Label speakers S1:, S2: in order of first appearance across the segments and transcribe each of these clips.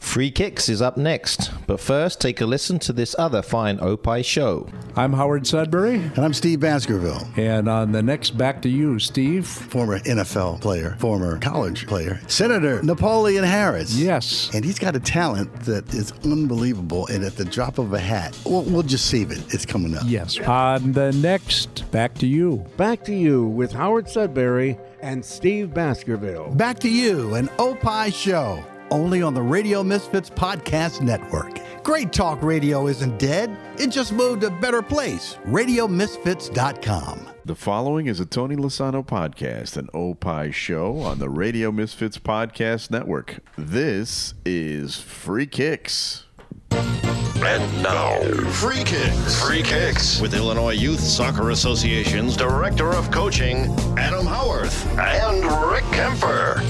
S1: Free Kicks is up next, but first take a listen to this other fine Opie show.
S2: I'm Howard Sudbury,
S3: And I'm Steve Baskerville,
S2: and on the next Back to You, Steve.
S3: former NFL player, former college player, Senator Napoleon Harris.
S2: Yes.
S3: And he's got a talent that is unbelievable. And at the drop of a hat, we'll, we'll just save it. It's coming up.
S2: Yes. On the next Back to You.
S4: Back to you with Howard Sudbury and Steve Baskerville.
S3: Back to you, an Opie show, only on the Radio Misfits Podcast Network. Great talk radio isn't dead, it just moved to a better place. RadioMisfits.com.
S5: The following is a Tony Lasano podcast, an Opie show on the Radio Misfits Podcast Network. This is Free Kicks.
S6: And now, Free Kicks. Free Kicks. With Illinois Youth Soccer Association's Director of Coaching, Adam Howarth, and Rick Kemper.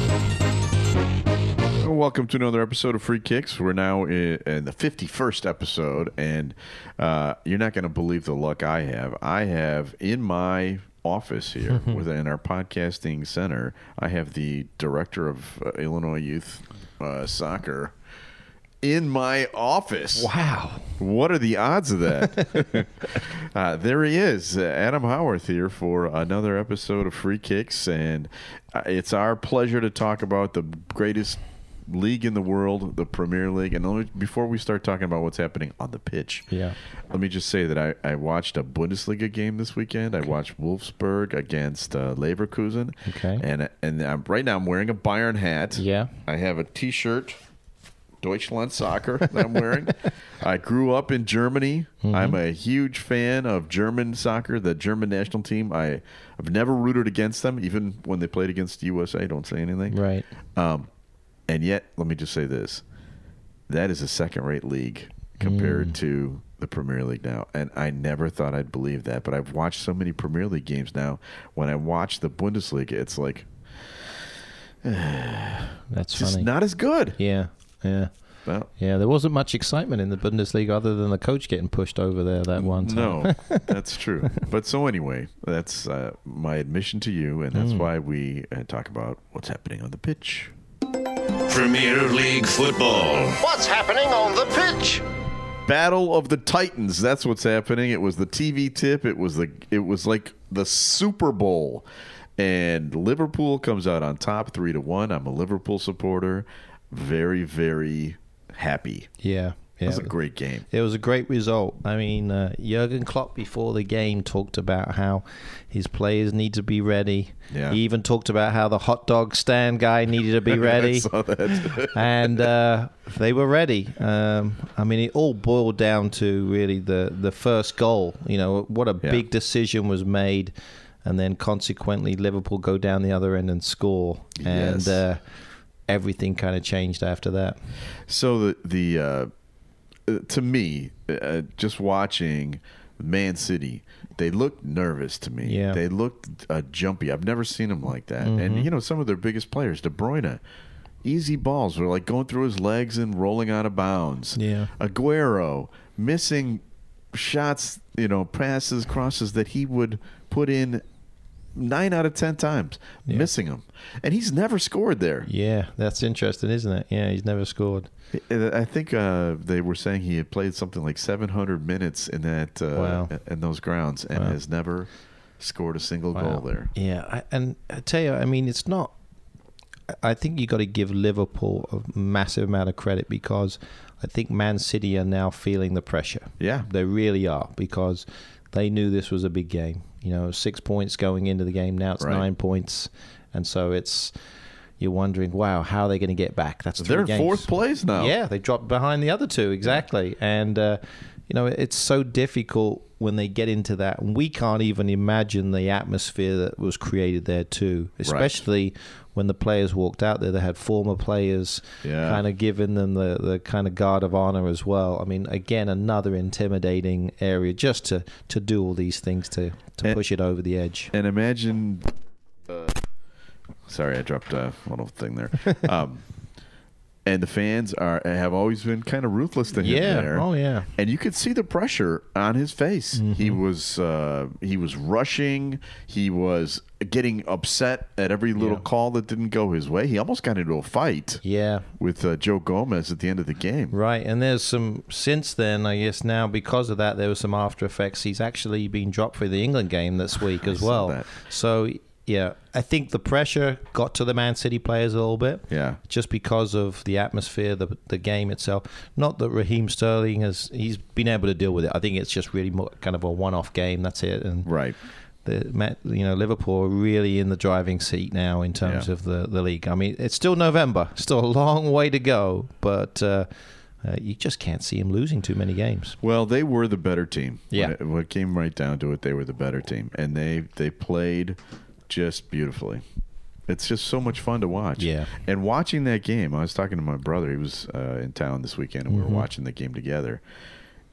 S5: Welcome to another episode of Free Kicks. We're now i- in the 51st episode, and uh, you're not going to believe the luck I have. I have in my office here within our podcasting center, I have the director of uh, Illinois Youth uh, Soccer in my office.
S1: Wow.
S5: What are the odds of that? uh, there he is, uh, Adam Howarth here for another episode of Free Kicks, and uh, it's our pleasure to talk about the greatest league in the world, the Premier League. And let me, before we start talking about what's happening on the pitch,
S1: Yeah.
S5: let me just say that I, I watched a Bundesliga game this weekend. I watched Wolfsburg against uh, Leverkusen.
S1: Okay.
S5: and and I'm, right now I'm wearing a Bayern hat.
S1: Yeah.
S5: I have a T-shirt. Deutschland soccer that I'm wearing. I grew up in Germany.
S1: Mm-hmm.
S5: I'm a huge fan of German soccer, the German national team. I, I've never rooted against them, even when they played against the USA. Don't say anything.
S1: Right.
S5: Um, and yet, let me just say this that is a second rate league
S1: Mm.
S5: compared to the Premier League now. And I never thought I'd believe that, but I've watched so many Premier League games now. When I watch the Bundesliga, it's like,
S1: That's
S5: it's just
S1: funny.
S5: not as good.
S1: yeah. Yeah.
S5: Well,
S1: Yeah, there wasn't much excitement in the Bundesliga other than the coach getting pushed over there that one time.
S5: No, that's true. But so anyway, that's uh, my admission to you, and that's why we uh, talk about what's happening on the pitch.
S6: Premier League football. What's happening on the pitch?
S5: Battle of the Titans. That's what's happening. It was the TV tip. It was the. It was like the Super Bowl, and Liverpool comes out on top, three to one. I'm a Liverpool supporter. Very, very happy.
S1: Yeah.
S5: It
S1: Yeah.
S5: was a great game.
S1: It was a great result. I mean, uh, Jurgen Klopp before the game talked about how his players need to be ready.
S5: Yeah.
S1: He even talked about how the hot dog stand guy needed to be ready.
S5: saw that.
S1: and uh, they were ready. Um, I mean, it all boiled down to really the, the first goal. You know, what a
S5: Yeah.
S1: big decision was made. And then consequently, Liverpool go down the other end and score. And
S5: Yes.
S1: uh, everything kind of changed after that.
S5: So the the uh, uh, to me, uh, just watching Man City, they looked nervous to me.
S1: Yeah. Mm-hmm.
S5: they looked uh, jumpy. I've never seen them like that. And you know, some of their biggest players, De Bruyne. Easy balls were like going through his legs and rolling out of bounds.
S1: Yeah.
S5: Aguero missing shots, you know, passes, crosses that he would put in nine out of ten times, missing them, and he's never scored there.
S1: Yeah, that's interesting, isn't it? Yeah, he's never scored.
S5: I think uh, they were saying he had played something like 700 minutes in that uh,
S1: Wow.
S5: in those grounds and has never scored a single goal there.
S1: Yeah, I, and I tell you, I mean, it's not. I- I think you got to give Liverpool a massive amount of credit because I think Man City are now feeling the pressure.
S5: Yeah.
S1: they really are because they knew this was a big game. You know, six points going into the game. Now it's
S5: Right.
S1: nine points, and so it's you're wondering, wow, how are they going to get back? That's three
S5: They're in
S1: games.
S5: fourth place now.
S1: Yeah, they dropped behind the other two exactly, and uh, you know it's so difficult when they get into that, and we can't even imagine the atmosphere that was created there too, especially when the players walked out there. They had former players
S5: Yeah.
S1: kind of giving them the the kind of guard of honor as well. I mean, again, another intimidating area just to to do all these things to to
S5: And-
S1: push it over the edge.
S5: And imagine. Uh, sorry, I dropped a little thing there. Um, and the fans are have always been kind of ruthless to him.
S1: Yeah.
S5: there.
S1: Oh, yeah. Mm-hmm.
S5: And you could see the pressure on his face. He was uh, he was rushing. He was getting upset at every little call that didn't go his way. He almost got into a fight.
S1: Yeah.
S5: With uh, Joe Gomez at the end of the game.
S1: Right, and there's some since then. I guess now because of that, there was some after effects. He's actually been dropped for the England game this week as
S5: saw
S1: well.
S5: that.
S1: So yeah, I think the pressure got to the Man City players a little bit.
S5: Yeah.
S1: just because of the atmosphere, the the game itself. Not that Raheem Sterling has he's been able to deal with it. I think it's just really more kind of a one-off game. That's it. And
S5: Right.
S1: the Ma- you know Liverpool are really in the driving seat now in terms
S5: Yeah.
S1: of the the league. I mean, it's still November, still a long way to go, but uh, uh, you just can't see him losing too many games.
S5: Well, they were the better team.
S1: Yeah.
S5: When it, when it came right down to it, they were the better team, and they they played just beautifully. It's just so much fun to watch.
S1: Yeah.
S5: And watching that game, I was talking to my brother. He was uh, in town this weekend, and we
S1: Mm-hmm.
S5: were watching the game together.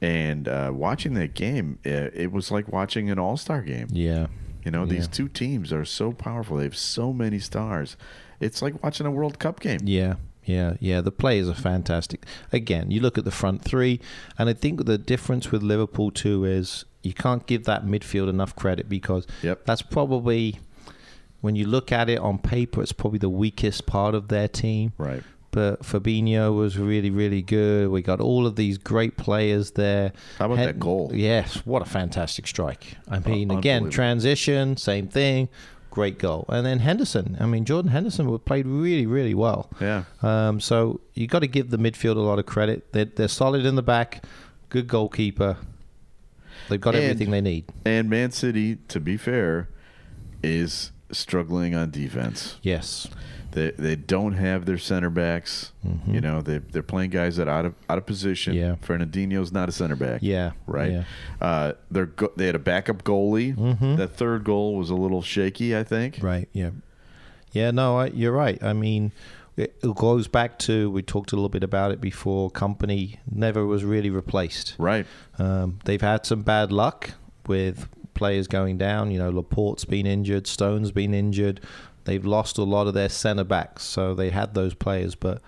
S5: And uh, watching that game, it, it was like watching an All Star game.
S1: Yeah,
S5: You know,
S1: Yeah.
S5: these two teams are so powerful. They have so many stars. It's like watching a World Cup game.
S1: Yeah, yeah, yeah. The players are fantastic. Again, you look at the front three, and I think the difference with Liverpool too is you can't give that midfield enough credit because
S5: Yep.
S1: that's probably when you look at it on paper, it's probably the weakest part of their team.
S5: Right.
S1: But Fabinho was really, really good. We got all of these great players there.
S5: How about
S1: Hen-
S5: that goal? Uh,
S1: Yes, what a fantastic strike! I mean, again,
S5: unbelievable.
S1: transition, same thing, great goal. And then Henderson. I mean, Jordan Henderson w- played really, really well.
S5: Yeah.
S1: Um, so you got to give the midfield a lot of credit. They're, they're solid in the back, good goalkeeper. They've got
S5: And-
S1: everything they need.
S5: And Man City, to be fair, is struggling on defense.
S1: Yes.
S5: They they don't have their center backs. You know, they they're playing guys that out of out of position.
S1: Mm-hmm. Yeah.
S5: Fernandinho's not a center back.
S1: Yeah,
S5: Right.
S1: yeah. Mm-hmm.
S5: Uh they're go- they had a backup goalie. That third goal was a little shaky, I think.
S1: Right. Yeah. Yeah. No, I, you're right. I mean, it, it goes back to we talked a little bit about it before. Company never was really replaced.
S5: Right.
S1: Um, they've had some bad luck with players going down. You know, Laporte's been injured, Stone's been injured. They've lost a lot of their centre backs, so they had those players. But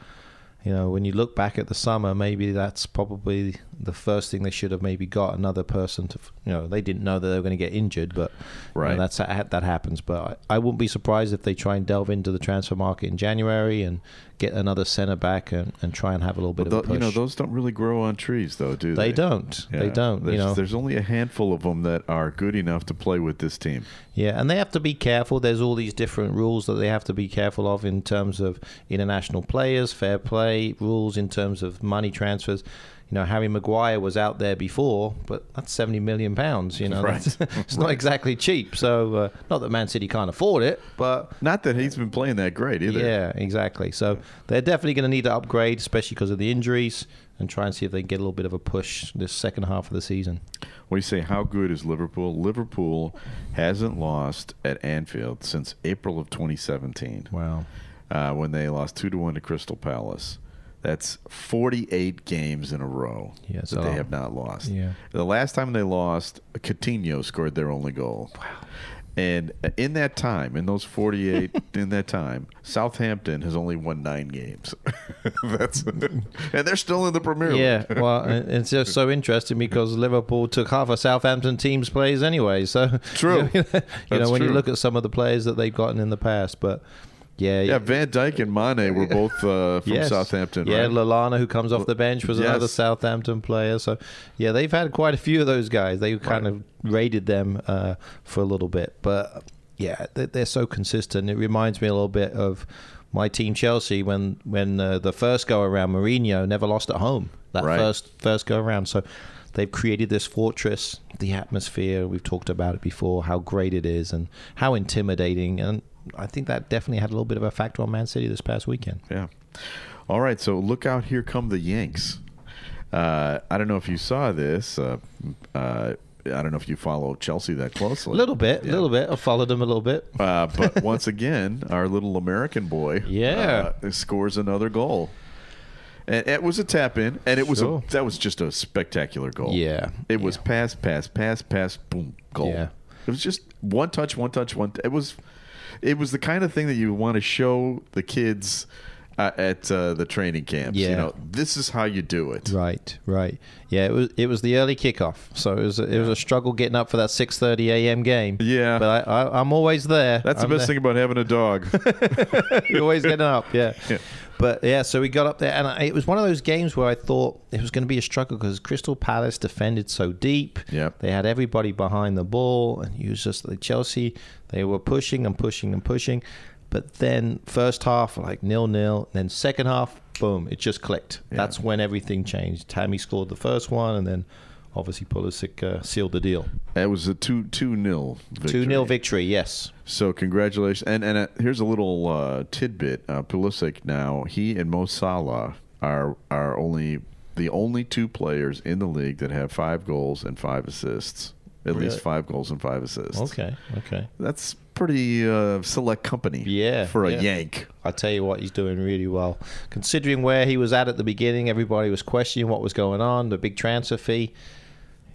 S1: you know, when you look back at the summer, maybe that's probably the first thing they should have maybe got another person to. You know, they didn't know that they were going to get injured, but you know,
S5: Right.
S1: that's that happens. But I, I wouldn't be surprised if they try and delve into the transfer market in January and get another centre back and, and try and have a little bit of
S5: But
S1: a
S5: tho-
S1: push.
S5: you know, those don't really grow on trees though, do they?
S1: they don't.
S5: Yeah.
S1: They don't.
S5: There's,
S1: you know,
S5: there's only a handful of them that are good enough to play with this team.
S1: Yeah, and they have to be careful. There's all these different rules that they have to be careful of in terms of international players, fair play rules, in terms of money transfers. You know, Harry Maguire was out there before, but that's seventy million pounds. You know,
S5: Right.
S1: That's- it's not exactly cheap. So, uh, not that Man City can't afford it, but
S5: Not that he's been playing that great either.
S1: yeah, exactly. So they're definitely going to need to upgrade, especially because of the injuries, and try and see if they can get a little bit of a push this second half of the season.
S5: We say, how good is Liverpool? Liverpool hasn't lost at Anfield since April of 2017,
S1: Wow.
S5: uh, when they lost two to one to Crystal Palace. That's 48 games in a row
S1: Yeah, it's
S5: that
S1: a
S5: they
S1: lot.
S5: have not lost.
S1: Yeah.
S5: The last time they lost, Coutinho scored their only goal. Wow. And uh, in that time, in those 48, in that time, Southampton has only won nine games. That's and they're still in the Premier League.
S1: Yeah, well, and it's just so interesting because Liverpool took half of Southampton team's players anyway. So
S5: True.
S1: you know,
S5: That's
S1: when you
S5: true.
S1: look at some of the players that they've gotten in the past, but yeah,
S5: Yeah, Van Dyke and Mane were both uh, from
S1: yes.
S5: Southampton.
S1: Yeah,
S5: right?
S1: Lalana, who comes off the bench, was
S5: Yes.
S1: another Southampton player. So yeah, they've had quite a few of those guys. They kind of raided them uh, for a little bit, but yeah, they- they're so consistent. It reminds me a little bit of. My team Chelsea when when uh, the first go around Mourinho never lost at home that
S5: Right.
S1: first first go around. So they've created this fortress, the atmosphere. We've talked about it before, how great it is and how intimidating. And I think that definitely had a little bit of a factor on Man City this past weekend.
S5: Yeah. All right. So look out! Here come the Yanks. Uh, I don't know if you saw this. Uh, uh, I don't know if you follow Chelsea that closely.
S1: A little bit, a
S5: Yeah.
S1: little bit. I followed him a little bit.
S5: Uh, but once again, our little American boy,
S1: Yeah.
S5: uh, scores another goal. And it was a tap in, and it was
S1: Sure.
S5: a, that was just a spectacular goal.
S1: Yeah.
S5: it was pass, pass, pass, pass, boom, goal.
S1: Yeah.
S5: It was just one touch, one touch, one. It was, it was the kind of thing that you want to show the kids uh, at uh, the training camps. You
S1: Yeah.
S5: know, this is how you do it.
S1: Right, right. Yeah, it was it was the early kickoff, so it was it was a struggle getting up for that six thirty a.m. game.
S5: Yeah.
S1: but I, I, I'm always there.
S5: That's
S1: I'm
S5: the best
S1: there.
S5: thing about having a dog.
S1: You're always getting up, yeah. But yeah, so we got up there, and I, it was one of those games where I thought it was going to be a struggle because Crystal Palace defended so deep.
S5: Yep.
S1: They had everybody behind the ball, and it was just like Chelsea. They were pushing and pushing and pushing, but then first half like nil nil, then second half, boom, it just clicked. That's when everything changed. Tammy scored the first one, and then obviously Pulisic uh, sealed the deal.
S5: that was a two two nil victory.
S1: Two 0 victory, yes.
S5: So congratulations. And and uh, here's a little uh, tidbit. Uh, Pulisic now he and Mo Salah are are only the only two players in the league that have five goals and five assists. At least five goals and five assists.
S1: Okay, okay.
S5: That's pretty uh, select company.
S1: Yeah,
S5: For a
S1: yeah.
S5: yank.
S1: I tell you what, he's doing really well. Considering where he was at at the beginning, everybody was questioning what was going on, the big transfer fee.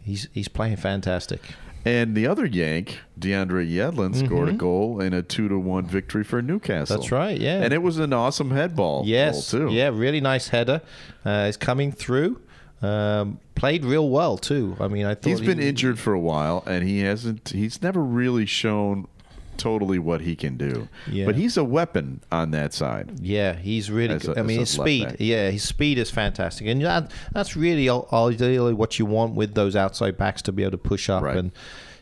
S1: He's he's playing fantastic.
S5: And the other yank, DeAndre Yedlin, scored a goal in a two to one victory for Newcastle.
S1: Mm-hmm. That's right, yeah.
S5: And it was an awesome head ball.
S1: yes,
S5: goal, too.
S1: yeah, really nice header. Uh, he's coming through. Um, played real well too. I mean, I thought
S5: He's been
S1: he-
S5: injured for a while, and he hasn't. He's never really shown totally what he can do.
S1: Yeah.
S5: But he's a weapon on that side.
S1: Yeah, he's really.
S5: As a-
S1: good. I mean, his
S5: as a left
S1: speed.
S5: back.
S1: Yeah, his speed is fantastic, and that, that's really al- ideally what you want with those outside backs to be able to push up.
S5: Right.
S1: And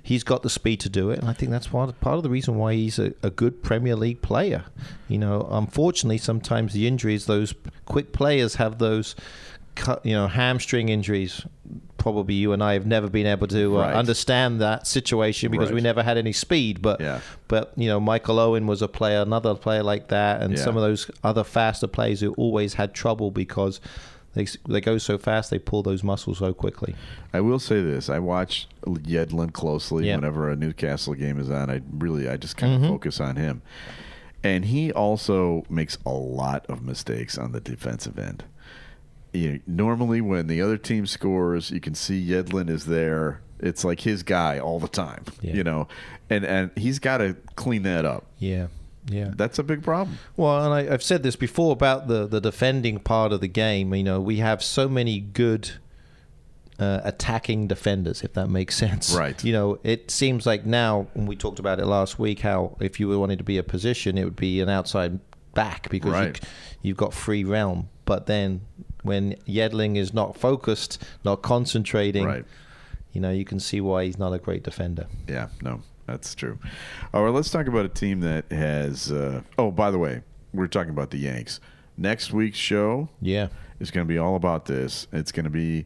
S1: he's got the speed to do it, and I think that's part part of the reason why he's a, a good Premier League player. You know, unfortunately, sometimes the injuries those quick players have those, cut, you know, hamstring injuries. Probably you and I have never been able to uh,
S5: Right.
S1: understand that situation because
S5: Right.
S1: we never had any speed. But
S5: Yeah.
S1: but you know, Michael Owen was a player, another player like that, and
S5: Yeah.
S1: some of those other faster players who always had trouble because they they go so fast, they pull those muscles so quickly.
S5: I will say this: I watch Yedlin closely.
S1: Yeah. Mm-hmm.
S5: Whenever a Newcastle game is on, I really, I just kind of focus on him. And he also makes a lot of mistakes on the defensive end. You know, normally, when the other team scores, you can see Yedlin is there. It's like his guy all the time,
S1: Yeah.
S5: you know, and and he's got to clean that up.
S1: Yeah, yeah.
S5: That's a big problem.
S1: Well, and I, I've said this before about the the defending part of the game. You know, we have so many good. Uh, attacking defenders, if that makes sense.
S5: Right.
S1: You know, it seems like now, and we talked about it last week, how if you wanted to be a position, it would be an outside back because you,
S5: Right.
S1: you've got free realm. But then when Yedling is not focused, not concentrating,
S5: Right.
S1: you know, you can see why he's not a great defender.
S5: Yeah, no, that's true. All right, let's talk about a team that has. Uh, oh, by the way, we're talking about the Yanks. Next week's show
S1: Yeah.
S5: is going to be all about this. It's going to be.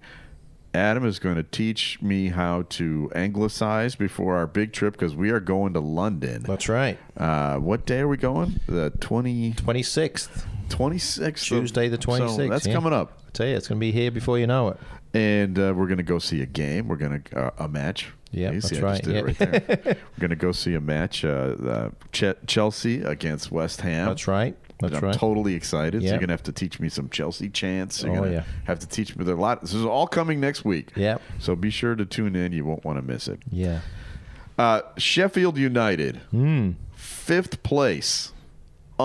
S5: Adam is going to teach me how to anglicize before our big trip because we are going to London.
S1: That's right.
S5: Uh, what day are we going? The 20,
S1: 26th,
S5: 26th.
S1: Tuesday the 26th.
S5: So that's
S1: yeah.
S5: coming up.
S1: I tell you, it's going to be here before you know it.
S5: and uh, we're going to go see a game. We're going to uh, a match.
S1: Yeah,
S5: You see,
S1: that's
S5: I just did it
S1: right.
S5: right there. we're going to go see a match. Uh, uh, Ch- Chelsea against West Ham.
S1: That's right. That's
S5: I'm
S1: right.
S5: totally excited. So
S1: Yeah.
S5: you're gonna have to teach me some Chelsea chants. You're
S1: Oh,
S5: gonna
S1: yeah.
S5: have to teach me. There are a lot. This is all coming next week.
S1: Yep.
S5: So be sure to tune in. You won't want to miss it.
S1: yeah.
S5: Uh, Sheffield United,
S1: Hmm.
S5: fifth place,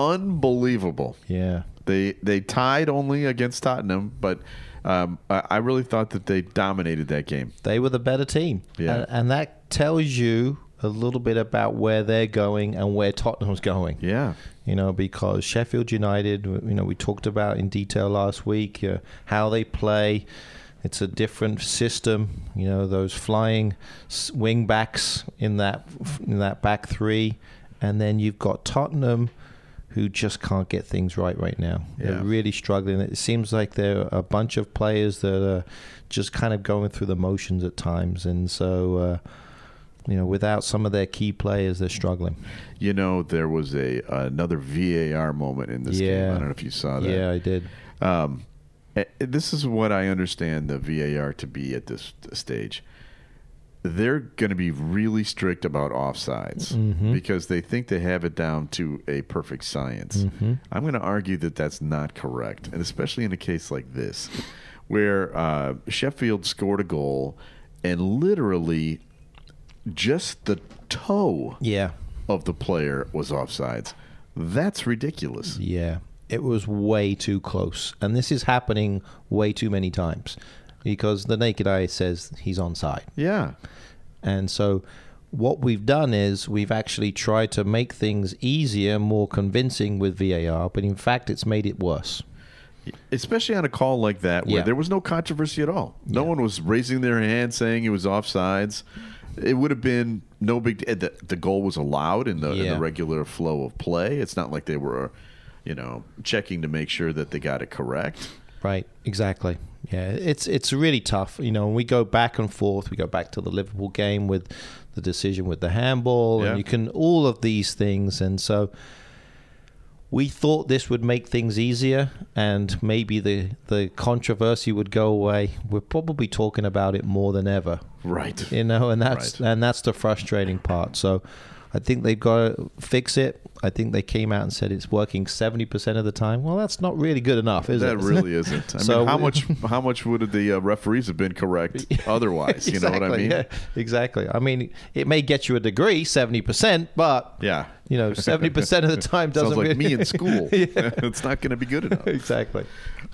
S5: unbelievable.
S1: Yeah.
S5: They they tied only against Tottenham, but um, I, I really thought that they dominated that game.
S1: They were the better team.
S5: Yeah.
S1: And, and that tells you a little bit about where they're going and where Tottenham's going.
S5: Yeah,
S1: you know, because Sheffield United, you know, we talked about in detail last week uh, how they play. It's a different system, you know, those flying s- wing backs in that in that back three, and then you've got Tottenham, who just can't get things right right now.
S5: Yeah.
S1: They're really struggling. It seems like they're a bunch of players that are just kind of going through the motions at times, and so. Uh, you know, without some of their key players, they're struggling.
S5: you know there was a another VAR moment in this game.
S1: Yeah.
S5: I don't know if you saw that.
S1: Yeah, I did.
S5: Eh, This is what I understand the VAR to be at this stage. They're going to be really strict about offsides
S1: Mm-hmm.
S5: because they think they have it down to a perfect science.
S1: Mm-hmm.
S5: I'm going to argue that that's not correct, and especially in a case like this, where uh, Sheffield scored a goal and literally just the toe
S1: Yeah.
S5: of the player was offsides. That's ridiculous.
S1: Yeah. it was way too close. And this is happening way too many times because the naked eye says he's on side.
S5: Yeah.
S1: And so what we've done is we've actually tried to make things easier, more convincing with VAR, but in fact, it's made it worse.
S5: Especially on a call like that where
S1: Yeah.
S5: there was no controversy at all. No one was raising their hand saying it was offsides. It would have been no big eh, the, the goal was allowed in the, in
S1: Yeah.
S5: the regular flow of play. It's not like they were, you know, checking to make sure that they got it correct.
S1: Right, exactly. Yeah, it's it's really tough. You know, we go back and forth. We go back to the Liverpool game with the decision with the handball,
S5: Yeah.
S1: and you can all of these things. And so we thought this would make things easier, and maybe the the controversy would go away. We're probably talking about it more than ever,
S5: Right.
S1: you know, and that's
S5: Right.
S1: and that's the frustrating part. So. I think they've got to fix it. I think they came out and said it's working 70% of the time. Well, that's not really good enough, is
S5: that
S1: it?
S5: really isn't. I
S1: So-
S5: mean, how much how much would the uh, referees have been correct otherwise? You know what I
S1: Exactly,
S5: mean?
S1: yeah, exactly. I mean, it may get you a degree, seventy percent, but
S5: Yeah.
S1: you know, seventy percent of the time doesn't
S5: Sounds like
S1: really-
S5: me in school. it's not going to be good enough.
S1: exactly.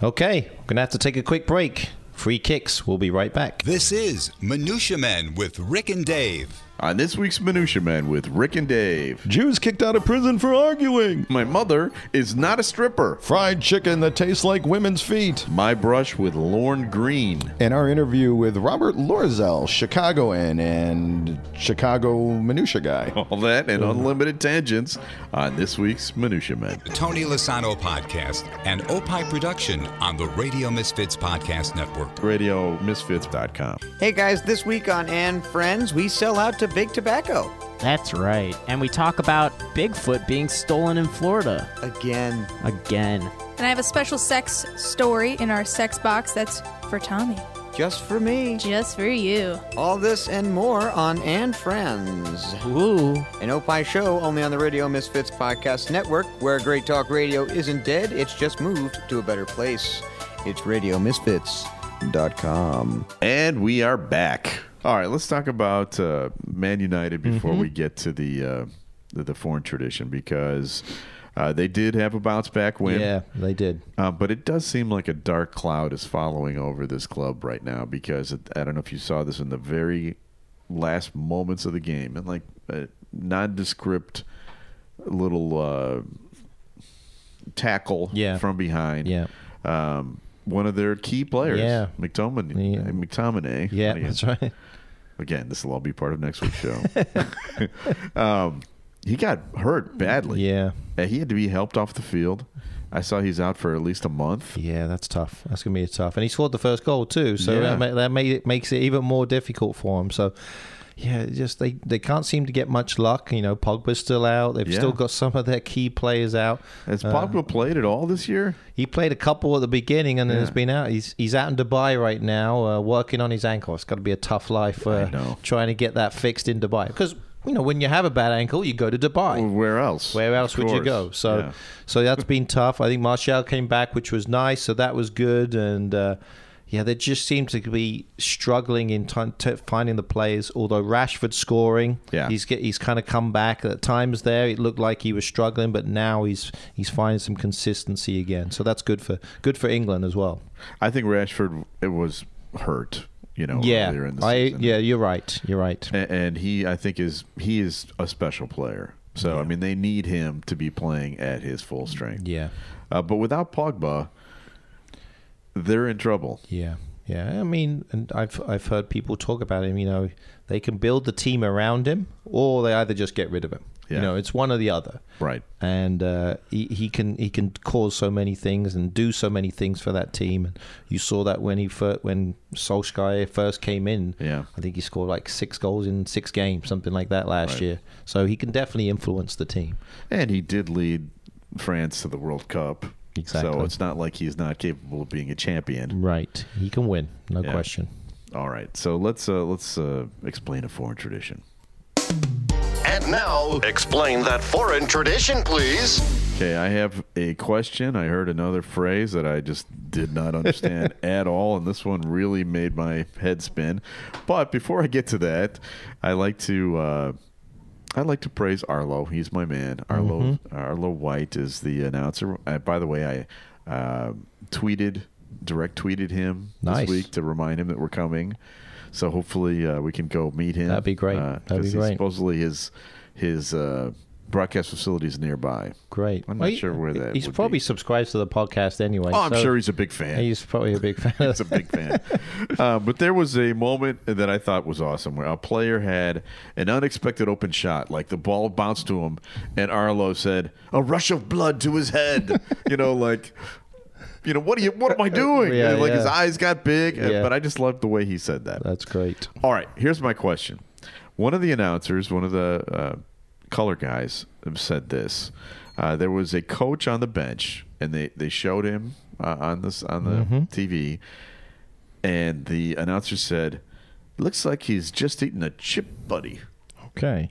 S1: Okay, we're gonna have to take a quick break. Free kicks. We'll be right back.
S7: This is Minutia Men with Rick and Dave.
S5: On Uh, this week's Minutia Man with Rick and Dave.
S8: Jews kicked out of prison for arguing.
S5: My mother is not a stripper.
S8: Fried chicken that tastes like women's feet.
S5: My brush with Lorne Green.
S8: And our interview with Robert Lorzel, Chicagoan and Chicago Minutia
S1: Oh,
S8: guy.
S5: All that and unlimited tangents on this week's Minutia Man.
S7: The Tony Lasano Podcast, an Opie production on the Radio Misfits Podcast Network.
S5: RadioMisfits.com.
S9: Hey guys, this week on And Friends, we sell out to Big Tobacco.
S10: That's right. And we talk about Bigfoot being stolen in Florida
S9: Again.
S10: again.
S11: And I have a special sex story in our sex box that's for Tommy.
S9: Just for me.
S11: Just for you.
S9: All this and more on And Friends.
S10: Ooh.
S9: An Opie show only on the Radio Misfits Podcast Network, where great talk radio isn't dead, it's just moved to a better place. It's RadioMisfits.com.
S5: And we are back. All right, let's talk about uh, Man United before we get to the, uh, the the foreign tradition because uh, they did have a bounce back win.
S1: Yeah, they did.
S5: Uh, but it does seem like a dark cloud is following over this club right now because it, I don't know if you saw this in the very last moments of the game and like a nondescript little uh, tackle
S1: Yeah.
S5: from behind.
S1: Yeah.
S5: Um, one of their key players,
S1: Yeah.
S5: McTominay. uh,
S1: Yeah.
S5: McTominay.
S1: Yeah,
S5: Again,
S1: that's right.
S5: Again, this will all be part of next week's show. um, he got hurt badly.
S1: Yeah,
S5: Uh, He had to be helped off the field. I saw he's out for at least a month.
S1: yeah, that's tough. That's gonna be tough. And he scored the first goal too, so
S5: Yeah.
S1: that, ma- that made it makes it even more difficult for him. So. Yeah, it just they, they can't seem to get much luck. You know, Pogba's still out. They've
S5: Yeah.
S1: still got some of their key players out.
S5: Has Pogba played at all this year?
S1: He played a couple at the beginning and then has been out. He's he's out in Dubai right now, uh, working on his ankle. It's got to be a tough life uh,
S5: know.
S1: trying to get that fixed in Dubai because you know when you have a bad ankle, you go to Dubai.
S5: Well, where else?
S1: Where else
S5: Of
S1: would you
S5: course.
S1: go? So,
S5: Yeah.
S1: so that's been tough. I think Martial came back, which was nice. So that was good, and uh, yeah, they just seem to be struggling in t- t- finding the players. Although Rashford scoring,
S5: Yeah.
S1: he's get, he's kind of come back at times. There, it looked like he was struggling, but now he's he's finding some consistency again. So that's good for good for England as well.
S5: I think Rashford it was hurt. You know,
S1: yeah,
S5: earlier in the
S1: I
S5: season.
S1: yeah, you're right. You're right.
S5: A- and he I think is he is a special player. So I mean, they need him to be playing at his full strength.
S1: Yeah,
S5: Uh, but without Pogba, they're in trouble.
S1: Yeah, yeah. I mean, and I've I've heard people talk about him. You know, they can build the team around him, or they either just get rid of him.
S5: Yeah.
S1: You know, it's one or the other.
S5: Right.
S1: And uh, he, he can he can cause so many things and do so many things for that team. And you saw that when he first, when Solskjaer first came in.
S5: Yeah.
S1: I think he scored like six goals in six games, something like that last
S5: Right.
S1: year. So he can definitely influence the team.
S5: And he did lead France to the World Cup. So
S1: Exactly.
S5: it's not like he's not capable of being a champion.
S1: Right. He can win, no
S5: Yeah.
S1: question.
S5: All right. So let's uh, let's uh, explain a foreign tradition.
S6: And now, explain that foreign tradition, please.
S5: Okay, I have a question. I heard another phrase that I just did not understand at all, and this one really made my head spin. But before I get to that, I like to uh, I'd like to praise Arlo. He's my man. Arlo
S1: Mm-hmm.
S5: Arlo White is the announcer. Uh, by the way, I uh, tweeted, direct tweeted him
S1: Nice.
S5: this week to remind him that we're coming. So hopefully uh, we can go meet him.
S1: That'd be great.
S5: Uh,
S1: That'd
S5: 'cause
S1: be
S5: he's
S1: great.
S5: Supposedly his his uh, broadcast facility is nearby.
S1: Great.
S5: I'm
S1: Well,
S5: not
S1: he-
S5: sure where that.
S1: He's
S5: would
S1: probably subscribes to the podcast anyway.
S5: Oh, I'm
S1: so
S5: sure he's a big fan.
S1: He's probably a big fan. he's
S5: a big fan. uh, but there was a moment that I thought was awesome where a player had an unexpected open shot, like the ball bounced to him, and Arlo said, "A rush of blood to his head." you know, like, you know, what are you? What am I doing?
S1: Yeah,
S5: And, like his
S1: yeah.
S5: eyes got big, and-
S1: Yeah.
S5: but I just loved the way he said that.
S1: That's great.
S5: All right, here's my question. One of the announcers, one of the uh, color guys, said this. Uh, there was a coach on the bench, and they, they showed him uh, on this on the
S1: Mm-hmm.
S5: TV, and the announcer said, "Looks like he's just eaten a chip, buddy."
S1: Okay.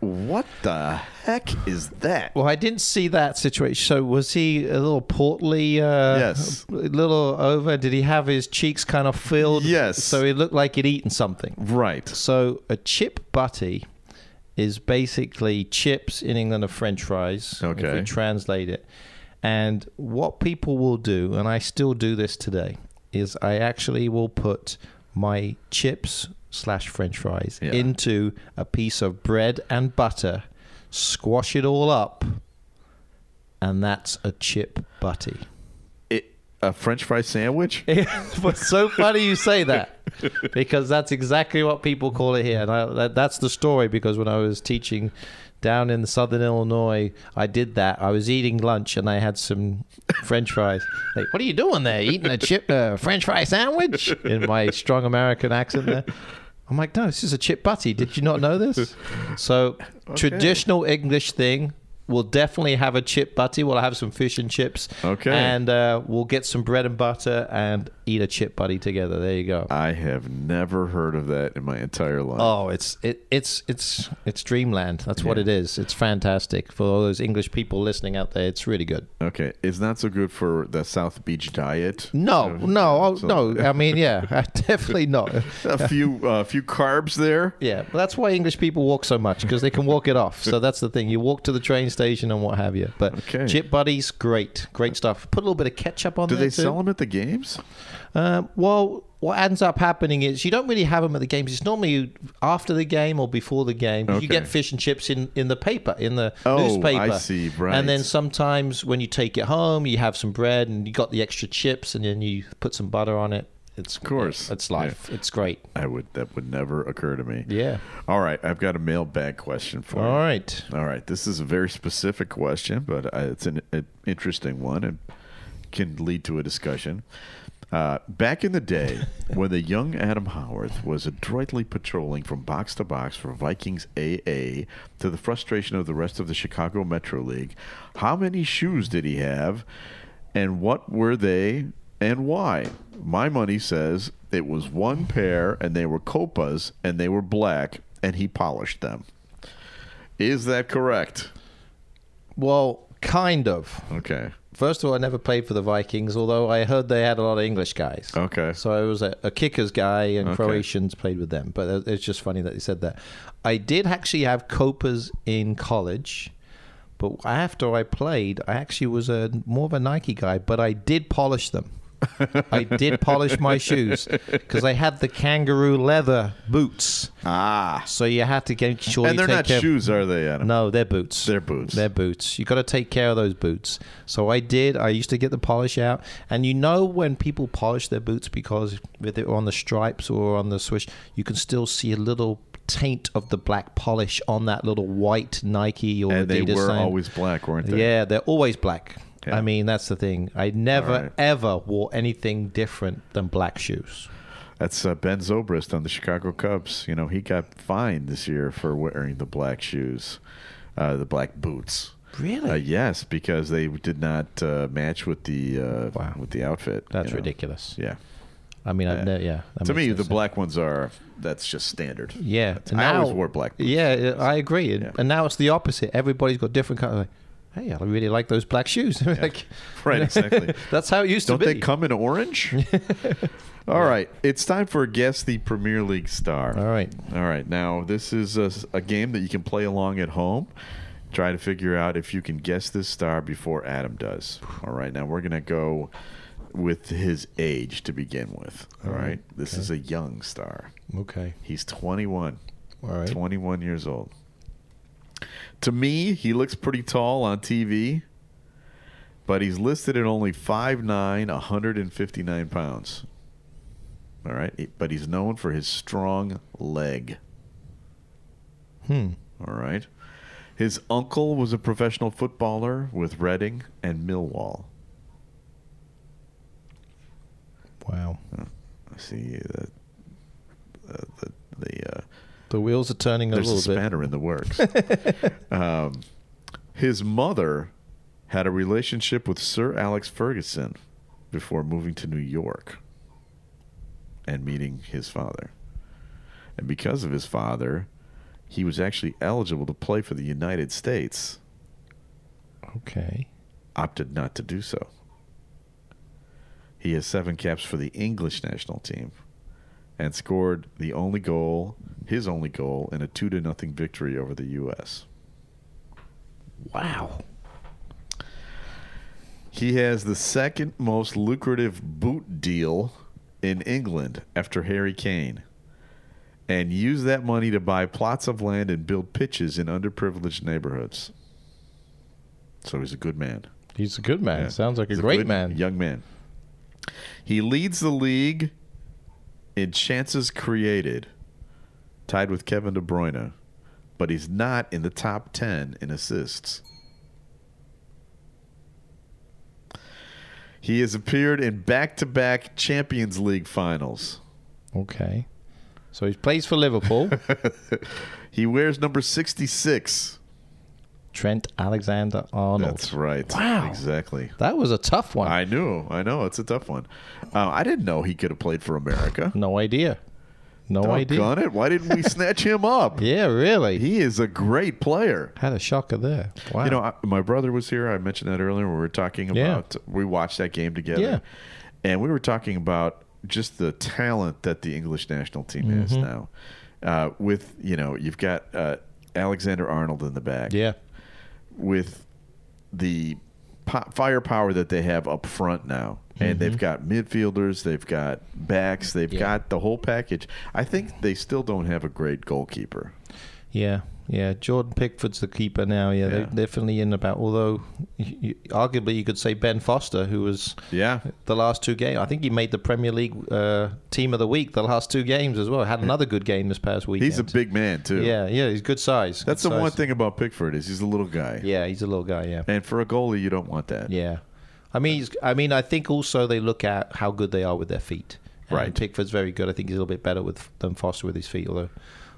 S5: What the heck is that?
S1: Well, I didn't see that situation. So was he a little portly? Uh,
S5: Yes.
S1: A little over. Did he have his cheeks kind of filled?
S5: Yes.
S1: So he looked like he'd eaten something.
S5: Right.
S1: So a chip butty is basically chips in England are French fries. If
S5: Okay.
S1: we translate it. And what people will do, and I still do this today, is I actually will put my chips slash French fries
S5: Yeah.
S1: into a piece of bread and butter, squash it all up, and that's a chip butty.
S5: It, a French fry sandwich?
S1: but so funny you say that because that's exactly what people call it here and I, that, that's the story because when i was teaching down in southern illinois i did that i was eating lunch and i had some french fries like what are you doing there eating a chip uh, french fry sandwich in my strong american accent there i'm like no this is a chip butty did you not know this so traditional english thing We'll definitely have a chip butty. We'll have some fish and chips.
S5: Okay.
S1: And uh, we'll get some bread and butter and eat a chip buddy together. There you go.
S5: I have never heard of that in my entire life.
S1: Oh, it's it, it's it's it's dreamland. That's what it is. It's fantastic for all those English people listening out there. It's really good.
S5: Okay, it's not so good for the South Beach diet.
S1: No,
S5: Uh,
S1: no, oh,
S5: so-
S1: no. I mean, yeah, definitely not.
S5: a few uh, a few carbs there.
S1: Yeah, but that's why English people walk so much because they can walk it off. So that's the thing. You walk to the train station and what have you. But
S5: Okay.
S1: chip buddies, great, great stuff. Put a little bit of ketchup on
S5: Do
S1: there.
S5: they
S1: too.
S5: sell them at the games?
S1: Um, well, what ends up happening is you don't really have them at the games. It's normally after the game or before the game. 'cause You
S5: Okay.
S1: get fish and chips in, in the paper, in the
S5: Oh, I
S1: newspaper.
S5: see, right.
S1: And then sometimes when you take it home, you have some bread and you got the extra chips and then you put some butter on it. It's of
S5: course.
S1: it's life. It's great.
S5: I would that would never occur to me.
S1: Yeah.
S5: All right, I've got a mailbag question for you.
S1: All right.
S5: All right, this is a very specific question, but uh, it's an, an interesting one and can lead to a discussion. Uh, back in the day, when the young Adam Howarth was adroitly patrolling from box to box for Vikings AA to the frustration of the rest of the Chicago Metro League, how many shoes did he have and what were they and why? My money says it was one pair and they were copas and they were black and he polished them. Is that correct?
S1: Well, kind of.
S5: Okay.
S1: First of all, I never played for the Vikings, although I heard they had a lot of English guys.
S5: Okay.
S1: So I was a, a kickers guy, and
S5: Okay.
S1: Croatians played with them. But it- it's just funny that they said that. I did actually have copas in college, but after I played, I actually was a more of a Nike guy, but I did polish them. I did polish my shoes because I had the kangaroo leather boots.
S5: Ah.
S1: So you had to get sure
S5: And
S1: you
S5: they're
S1: take
S5: not
S1: care-
S5: shoes, are they, Adam?
S1: no, they're boots.
S5: They're boots.
S1: They're boots. You got to take care of those boots. So I did. I used to get the polish out, and you know when people polish their boots because if they're on the stripes or on the swish, you can still see a little taint of the black polish on that little white Nike or
S5: And they
S1: Adidas
S5: were
S1: sign.
S5: always black, weren't they?
S1: Yeah, they're always black.
S5: Yeah.
S1: I mean, that's the thing. I never
S5: All right.
S1: ever wore anything different than black shoes.
S5: That's uh, Ben Zobrist on the Chicago Cubs. You know, he got fined this year for wearing the black shoes, uh, the black boots.
S1: Really?
S5: Uh, yes, because they did not uh, match with the uh,
S1: Wow.
S5: with the outfit.
S1: That's
S5: you know.
S1: ridiculous.
S5: Yeah.
S1: I mean,
S5: Yeah.
S1: I've never, yeah. that
S5: to
S1: makes
S5: me,
S1: no
S5: the
S1: sense.
S5: black ones are that's just standard.
S1: Yeah,
S5: I always wore black boots.
S1: Yeah, I agree. And-
S5: Yeah.
S1: And now it's the opposite. Everybody's got different kind of. Like, hey, I really like those black shoes. Like,
S5: Right, exactly.
S1: That's how it used
S5: Don't
S1: to be.
S5: they come in orange? All right, it's time for guess the Premier League star. All
S1: right,
S5: all right. Now this is a, s- a game that you can play along at home. Try to figure out if you can guess this star before Adam does. All right, now we're gonna go with his age to begin with. All
S1: All right,
S5: right, this
S1: okay.
S5: is a young star.
S1: Okay.
S5: He's 21.
S1: All right.
S5: 21 years old. To me, he looks pretty tall on TV, but he's listed at only 5'9, 159 pounds. All right. But he's known for his strong leg.
S1: Hmm.
S5: All right. His uncle was a professional footballer with Reading and Millwall.
S1: Wow.
S5: I see the the the, the, uh,
S1: The wheels are turning a
S5: there's
S1: little bit.
S5: spanner in the works. um, his mother had a relationship with Sir Alex Ferguson before moving to New York and meeting his father. And because of his father, he was actually eligible to play for the United States,
S1: Okay.
S5: opted not to do so. He has seven caps for the English national team and scored the only goal, his only goal, in a two to nothing victory over the U.S.
S1: Wow.
S5: He has the second most lucrative boot deal in England after Harry Kane and used that money to buy plots of land and build pitches in underprivileged neighborhoods. So he's a good man.
S1: He's a good man.
S5: Yeah.
S1: Sounds like
S5: He's
S1: a great
S5: good
S1: man.
S5: Young man. He leads the league in chances created, tied with Kevin De Bruyne, but he's not in the top 10 in assists. He has appeared in back to back Champions League finals.
S1: Okay. So he plays for Liverpool.
S5: he wears number 66.
S1: Trent Alexander Arnold.
S5: That's right.
S1: Wow.
S5: Exactly.
S1: That was a tough one.
S5: I knew. I know. It's a tough one. Uh, I didn't know he could have played for America.
S1: No idea. No idea.
S5: Doggone it. Why didn't we snatch him up?
S1: Yeah, really.
S5: He is a great player.
S1: Had a shocker there. Wow.
S5: You know, I, my brother was here. I mentioned that earlier. We were talking
S1: Yeah.
S5: about, we watched that game together.
S1: Yeah.
S5: And we were talking about just the talent that the English national team has
S1: Mhm.
S5: now. Uh, with, you know, you've got uh, Alexander Arnold in the back.
S1: yeah.
S5: with the po- firepower that they have up front now. And
S1: Mm-hmm.
S5: they've got midfielders, they've got backs, they've got the whole package. I think they still don't have a great goalkeeper.
S1: Yeah. Yeah. Jordan Pickford's the keeper now. Yeah. They're
S5: Yeah.
S1: definitely in about, although you, you- arguably you could say Ben Foster, who was
S5: Yeah.
S1: the last two games. I think he made the Premier League uh, team of the week the last two games as well. Had another good game this past weekend.
S5: He's a big man too.
S1: Yeah. Yeah. He's good size.
S5: That's the
S1: good
S5: one
S1: size.
S5: thing about Pickford is he's a little guy.
S1: Yeah. He's a little guy. Yeah.
S5: And for a goalie you don't want that.
S1: Yeah, I mean, he's- I mean, I think also they look at how good they are with their feet. And
S5: Right.
S1: Pickford's very good. I think he's a little bit better with than Foster with his feet, although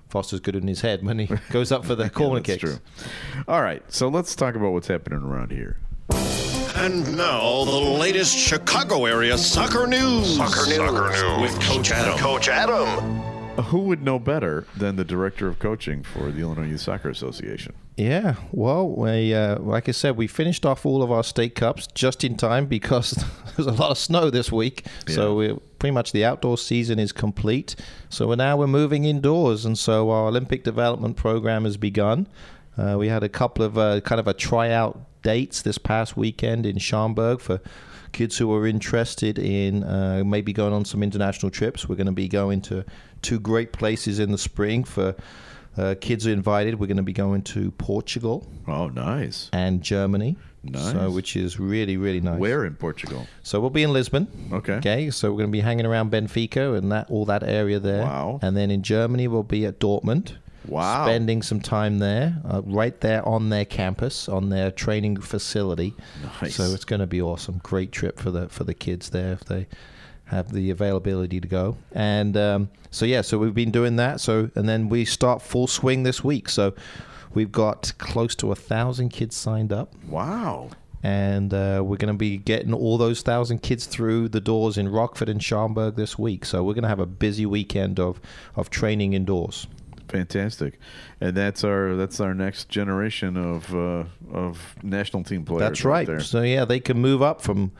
S1: Foster's good in his head when he goes up for the corner kicks.
S5: that's true. All right. So let's talk about what's happening around here.
S6: And now the latest Chicago area soccer news. Soccer news, with Coach Adam. Coach Adam.
S5: Who would know better than the director of coaching for the Illinois Youth Soccer Association?
S1: Yeah, well, we, uh, like I said, we finished off all of our state cups just in time because there's a lot of snow this week. So we're pretty much the outdoor season is complete. So we're now we're moving indoors, and so our Olympic development program has begun. Uh, we had a couple of uh, kind of a tryout dates this past weekend in Schaumburg for kids who are interested in uh, maybe going on some international trips. We're going to be going to two great places in the spring for. Uh, kids are invited. We're going to be going to Portugal
S5: Oh, nice.
S1: and Germany,
S5: Nice.
S1: so, which is really really nice.
S5: Where in Portugal?
S1: So we'll be in Lisbon.
S5: Okay.
S1: Okay. So we're going to be hanging around Benfica and that all that area there.
S5: Wow.
S1: And then in Germany we'll be at Dortmund.
S5: Wow.
S1: Spending some time there, uh, right there on their campus, on their training facility.
S5: Nice.
S1: So it's going to be awesome. Great trip for the for the kids there if they have the availability to go. And um, so yeah, so we've been doing that. So and then we start full swing this week. So we've got close to a thousand kids signed up
S5: Wow.
S1: and uh, we're going to be getting all those thousand kids through the doors in Rockford and Schaumburg this week. So we're going to have a busy weekend of of training indoors.
S5: Fantastic, and that's our that's our next generation of uh, of national team players.
S1: That's right.
S5: there.
S1: So yeah, they can move up from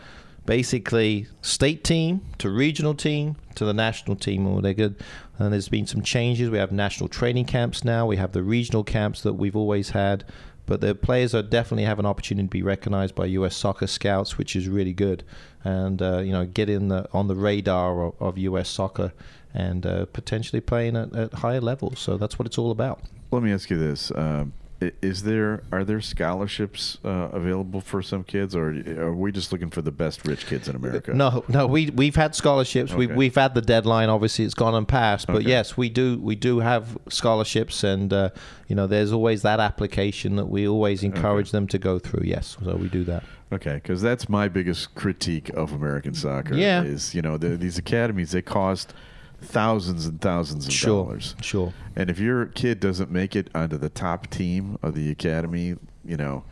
S1: basically state team to regional team to the national team, or they're good. And there's been some changes. We have national training camps now. We have the regional camps that we've always had. But the players are definitely have an opportunity to be recognized by U.S. soccer scouts, which is really good, and uh, you know get in the on the radar of, of U.S. soccer and uh, potentially playing at, at higher levels. So that's what it's all about.
S5: Let me ask you this: um, i- Is there are there scholarships uh, available for some kids, or are we just looking for the best rich kids in America?
S1: No, no, we we've had scholarships. We
S5: Okay.
S1: we've had the deadline. Obviously, it's gone and passed. But
S5: Okay.
S1: yes, we do we do have scholarships, and uh, you know, there's always that application that we always encourage them to go through. Yes, so we do that.
S5: Okay, because that's my biggest critique of American soccer.
S1: Yeah.
S5: is you know the, these academies they cost thousands and thousands of
S1: Sure,
S5: dollars.
S1: Sure.
S5: And if your kid doesn't make it onto the top team of the academy, you know,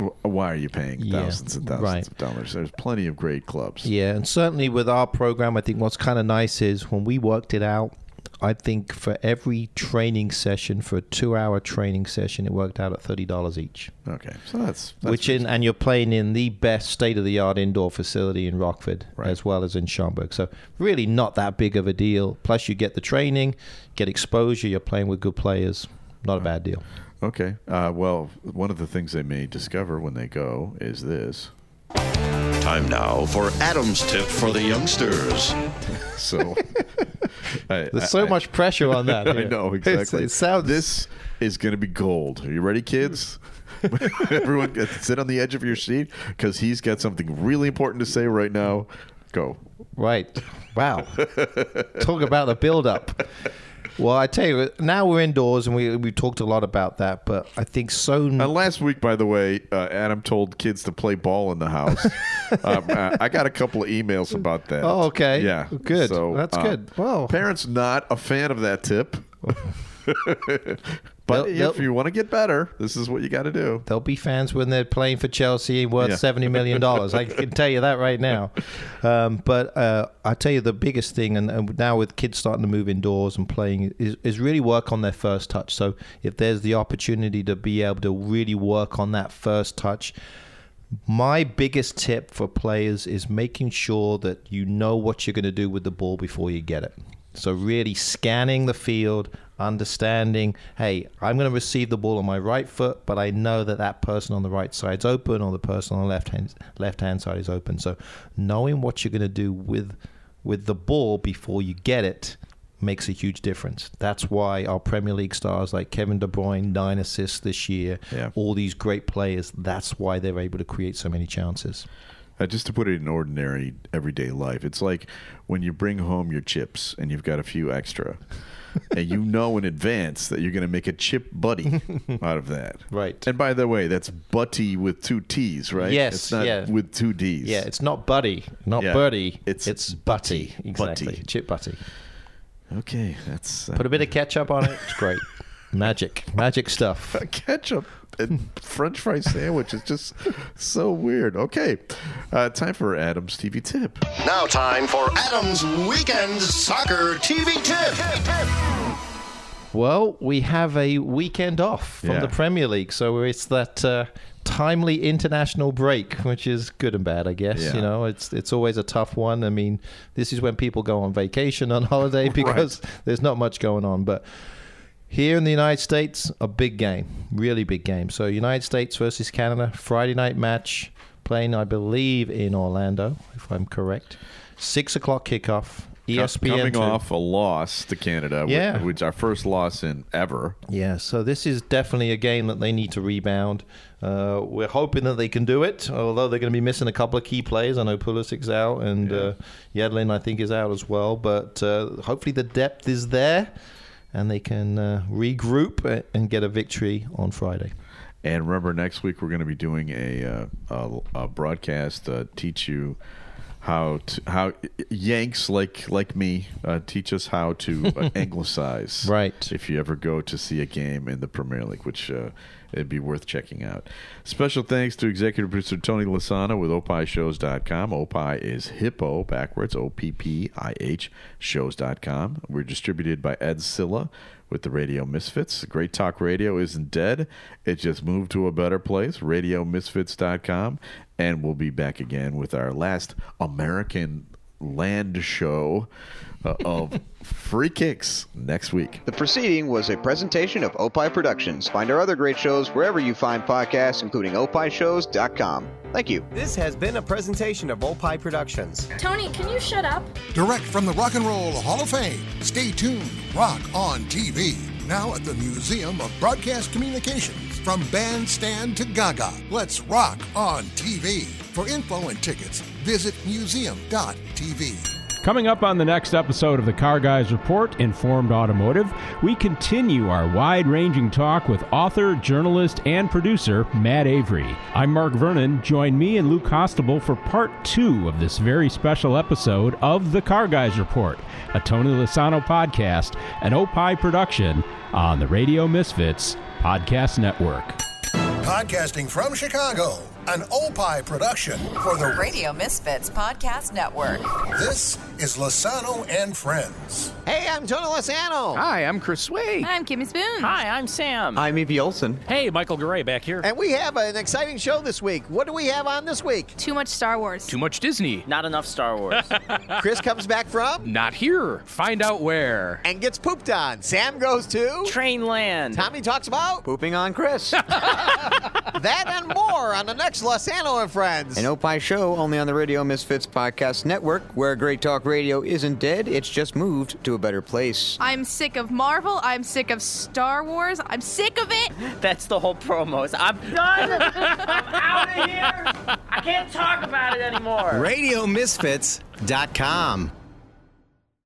S5: wh- why are you paying
S1: Yeah,
S5: thousands and thousands
S1: right.
S5: of dollars? There's plenty of great clubs.
S1: Yeah, and certainly with our program, I think what's kind of nice is when we worked it out. I think for every training session, for a two-hour training session, it worked out at thirty dollars each.
S5: Okay, so that's, that's
S1: which in and you're playing in the best state of the art indoor facility in Rockford as well as in Schaumburg. So really not that big of a deal. Plus you get the training, get exposure, you're playing with good players. Not a bad deal.
S5: Okay. Uh, well, one of the things they may discover when they go is this.
S6: Time now for Adam's tip for the youngsters.
S5: so I-
S1: There's so much pressure on that,
S5: I
S1: yeah.
S5: know
S1: It's- it
S5: exactly.
S1: sounds-
S5: This is going to be gold. Are you ready, kids? Everyone, get- sit on the edge of your seat because he's got something really important to say right now. Go.
S1: Right. Wow. Talk about the build up. Well, I tell you, now we're indoors and we we talked a lot about that, but I think so
S5: Uh, last week, by the way, uh, Adam told kids to play ball in the house. um, uh, I got a couple of emails about that.
S1: Oh, okay.
S5: Yeah.
S1: Good.
S5: So
S1: That's
S5: uh,
S1: good. Wow.
S5: Parents not a fan of that tip. but
S1: They'll-
S5: if you want to get better, this is what you got to do.
S1: They'll be fans when they're playing for Chelsea and worth
S5: Yeah.
S1: seventy million dollars. I can tell you that right now. Um, but uh, I tell you the biggest thing, and, and now with kids starting to move indoors and playing, is, is really work on their first touch. So if there's the opportunity to be able to really work on that first touch. My biggest tip for players is making sure that you know what you're going to do with the ball before you get it. So, really scanning the field, understanding, hey, I'm going to receive the ball on my right foot, but I know that that person on the right side's open or the person on the left hand left hand side is open. So, knowing what you're going to do with with the ball before you get it makes a huge difference. That's why our Premier League stars like Kevin De Bruyne, nine assists this year, all these great players, that's why they're able to create so many chances.
S5: Uh, just to put it in ordinary, everyday life, it's like when you bring home your chips and you've got a few extra, and you know in advance that you're going to make a chip buddy out of that.
S1: Right.
S5: And by the way, that's butty with two T's, right?
S1: Yes,
S5: It's not
S1: yeah.
S5: with two D's.
S1: Yeah, it's not Buddy, not
S5: Yeah.
S1: Birdie.
S5: It's
S1: It's, Butty. Exactly.
S5: Butty.
S1: Chip Butty.
S5: Okay, that's uh,
S1: Put a bit of ketchup on it. It's great. Magic. Magic stuff.
S5: ketchup and French fry sandwich is just so weird. Okay, uh, time for Adam's TV tip.
S6: Now, time for Adam's Weekend Soccer TV Tip.
S1: Well, we have a weekend off from
S5: Yeah.
S1: the Premier League, so it's that uh, timely international break, which is good and bad, I guess.
S5: Yeah.
S1: You know, it's it's always a tough one. I mean, this is when people go on vacation on holiday because there's not much going on, but. Here in the United States, a big game, really big game. So United States versus Canada, Friday night match, playing I believe in Orlando, if I'm correct. Six o'clock kickoff. E ESPN
S5: coming
S1: two.
S5: off a loss to Canada, wh-
S1: Yeah.
S5: which our first loss in ever.
S1: Yeah, so this is definitely a game that they need to rebound. Uh, we're hoping that they can do it, although they're going to be missing a couple of key players. I know Pulisic's out, and uh, Yedlin, I think, is out as well. But uh, hopefully the depth is there, and they can uh, regroup a- and get a victory on Friday.
S5: And remember, next week we're going to be doing a, uh, a, a broadcast uh, teach you how to, how Yanks like like me uh, teach us how to uh, anglicize. Right. If you ever go to see a game in the Premier League, which uh, it'd be worth checking out. Special thanks to executive producer Tony Lasana with opishows.com. Opi is hippo backwards, O P P I H shows.com. We're distributed by Ed Silla with the Radio Misfits. Great Talk Radio isn't dead. It just moved to a better place, radiomisfits.com. And we'll be back again with our last American land show uh, of free kicks next week.
S6: The proceeding was a presentation of Opie Productions. Find our other great shows wherever you find podcasts, including opishows.com. Thank you.
S9: This has been a presentation of Opie Productions.
S12: Tony, can you shut up?
S3: Direct from the Rock and Roll Hall of Fame. Stay tuned. Rock on TV. Now at the Museum of Broadcast Communications. From bandstand to gaga. Let's rock on TV. For info and tickets, visit museum.tv.
S13: Coming up on the next episode of the Car Guys Report, Informed Automotive, we continue our wide ranging talk with author, journalist, and producer Matt Avery. I'm Mark Vernon. Join me and Luke Hostable for part two of this very special episode of the Car Guys Report, a Tony Lasano podcast, an Opie production on the Radio Misfits Podcast Network.
S3: Podcasting from Chicago, an Opie production for the
S14: Radio Misfits Podcast Network.
S3: This is Lasano and Friends.
S9: Hey, I'm Tony Lasano.
S15: Hi, I'm Chris Sway.
S11: I'm Kimmy Spoon.
S16: Hi, I'm Sam.
S6: I'm Evie Olson.
S15: Hey, Michael Garay back here.
S9: And we have an exciting show this week. What do we have on this week?
S11: Too much Star Wars.
S15: Too much Disney.
S16: Not enough Star Wars.
S9: Chris comes back from
S15: Not here. Find out where.
S9: and gets pooped on. Sam goes to
S16: Train Land.
S9: Tommy talks about
S6: Pooping on Chris.
S9: that and more on the next Lasano and Friends.
S6: An Opie show only on the Radio Misfits Podcast Network, where Great Talk Radio isn't dead, it's just moved to a better place.
S11: I'm sick of Marvel. I'm sick of Star Wars. I'm sick of it.
S16: That's the whole promos. I'm
S17: done. I'm out of here. I can't talk about it anymore.
S9: RadioMisfits.com.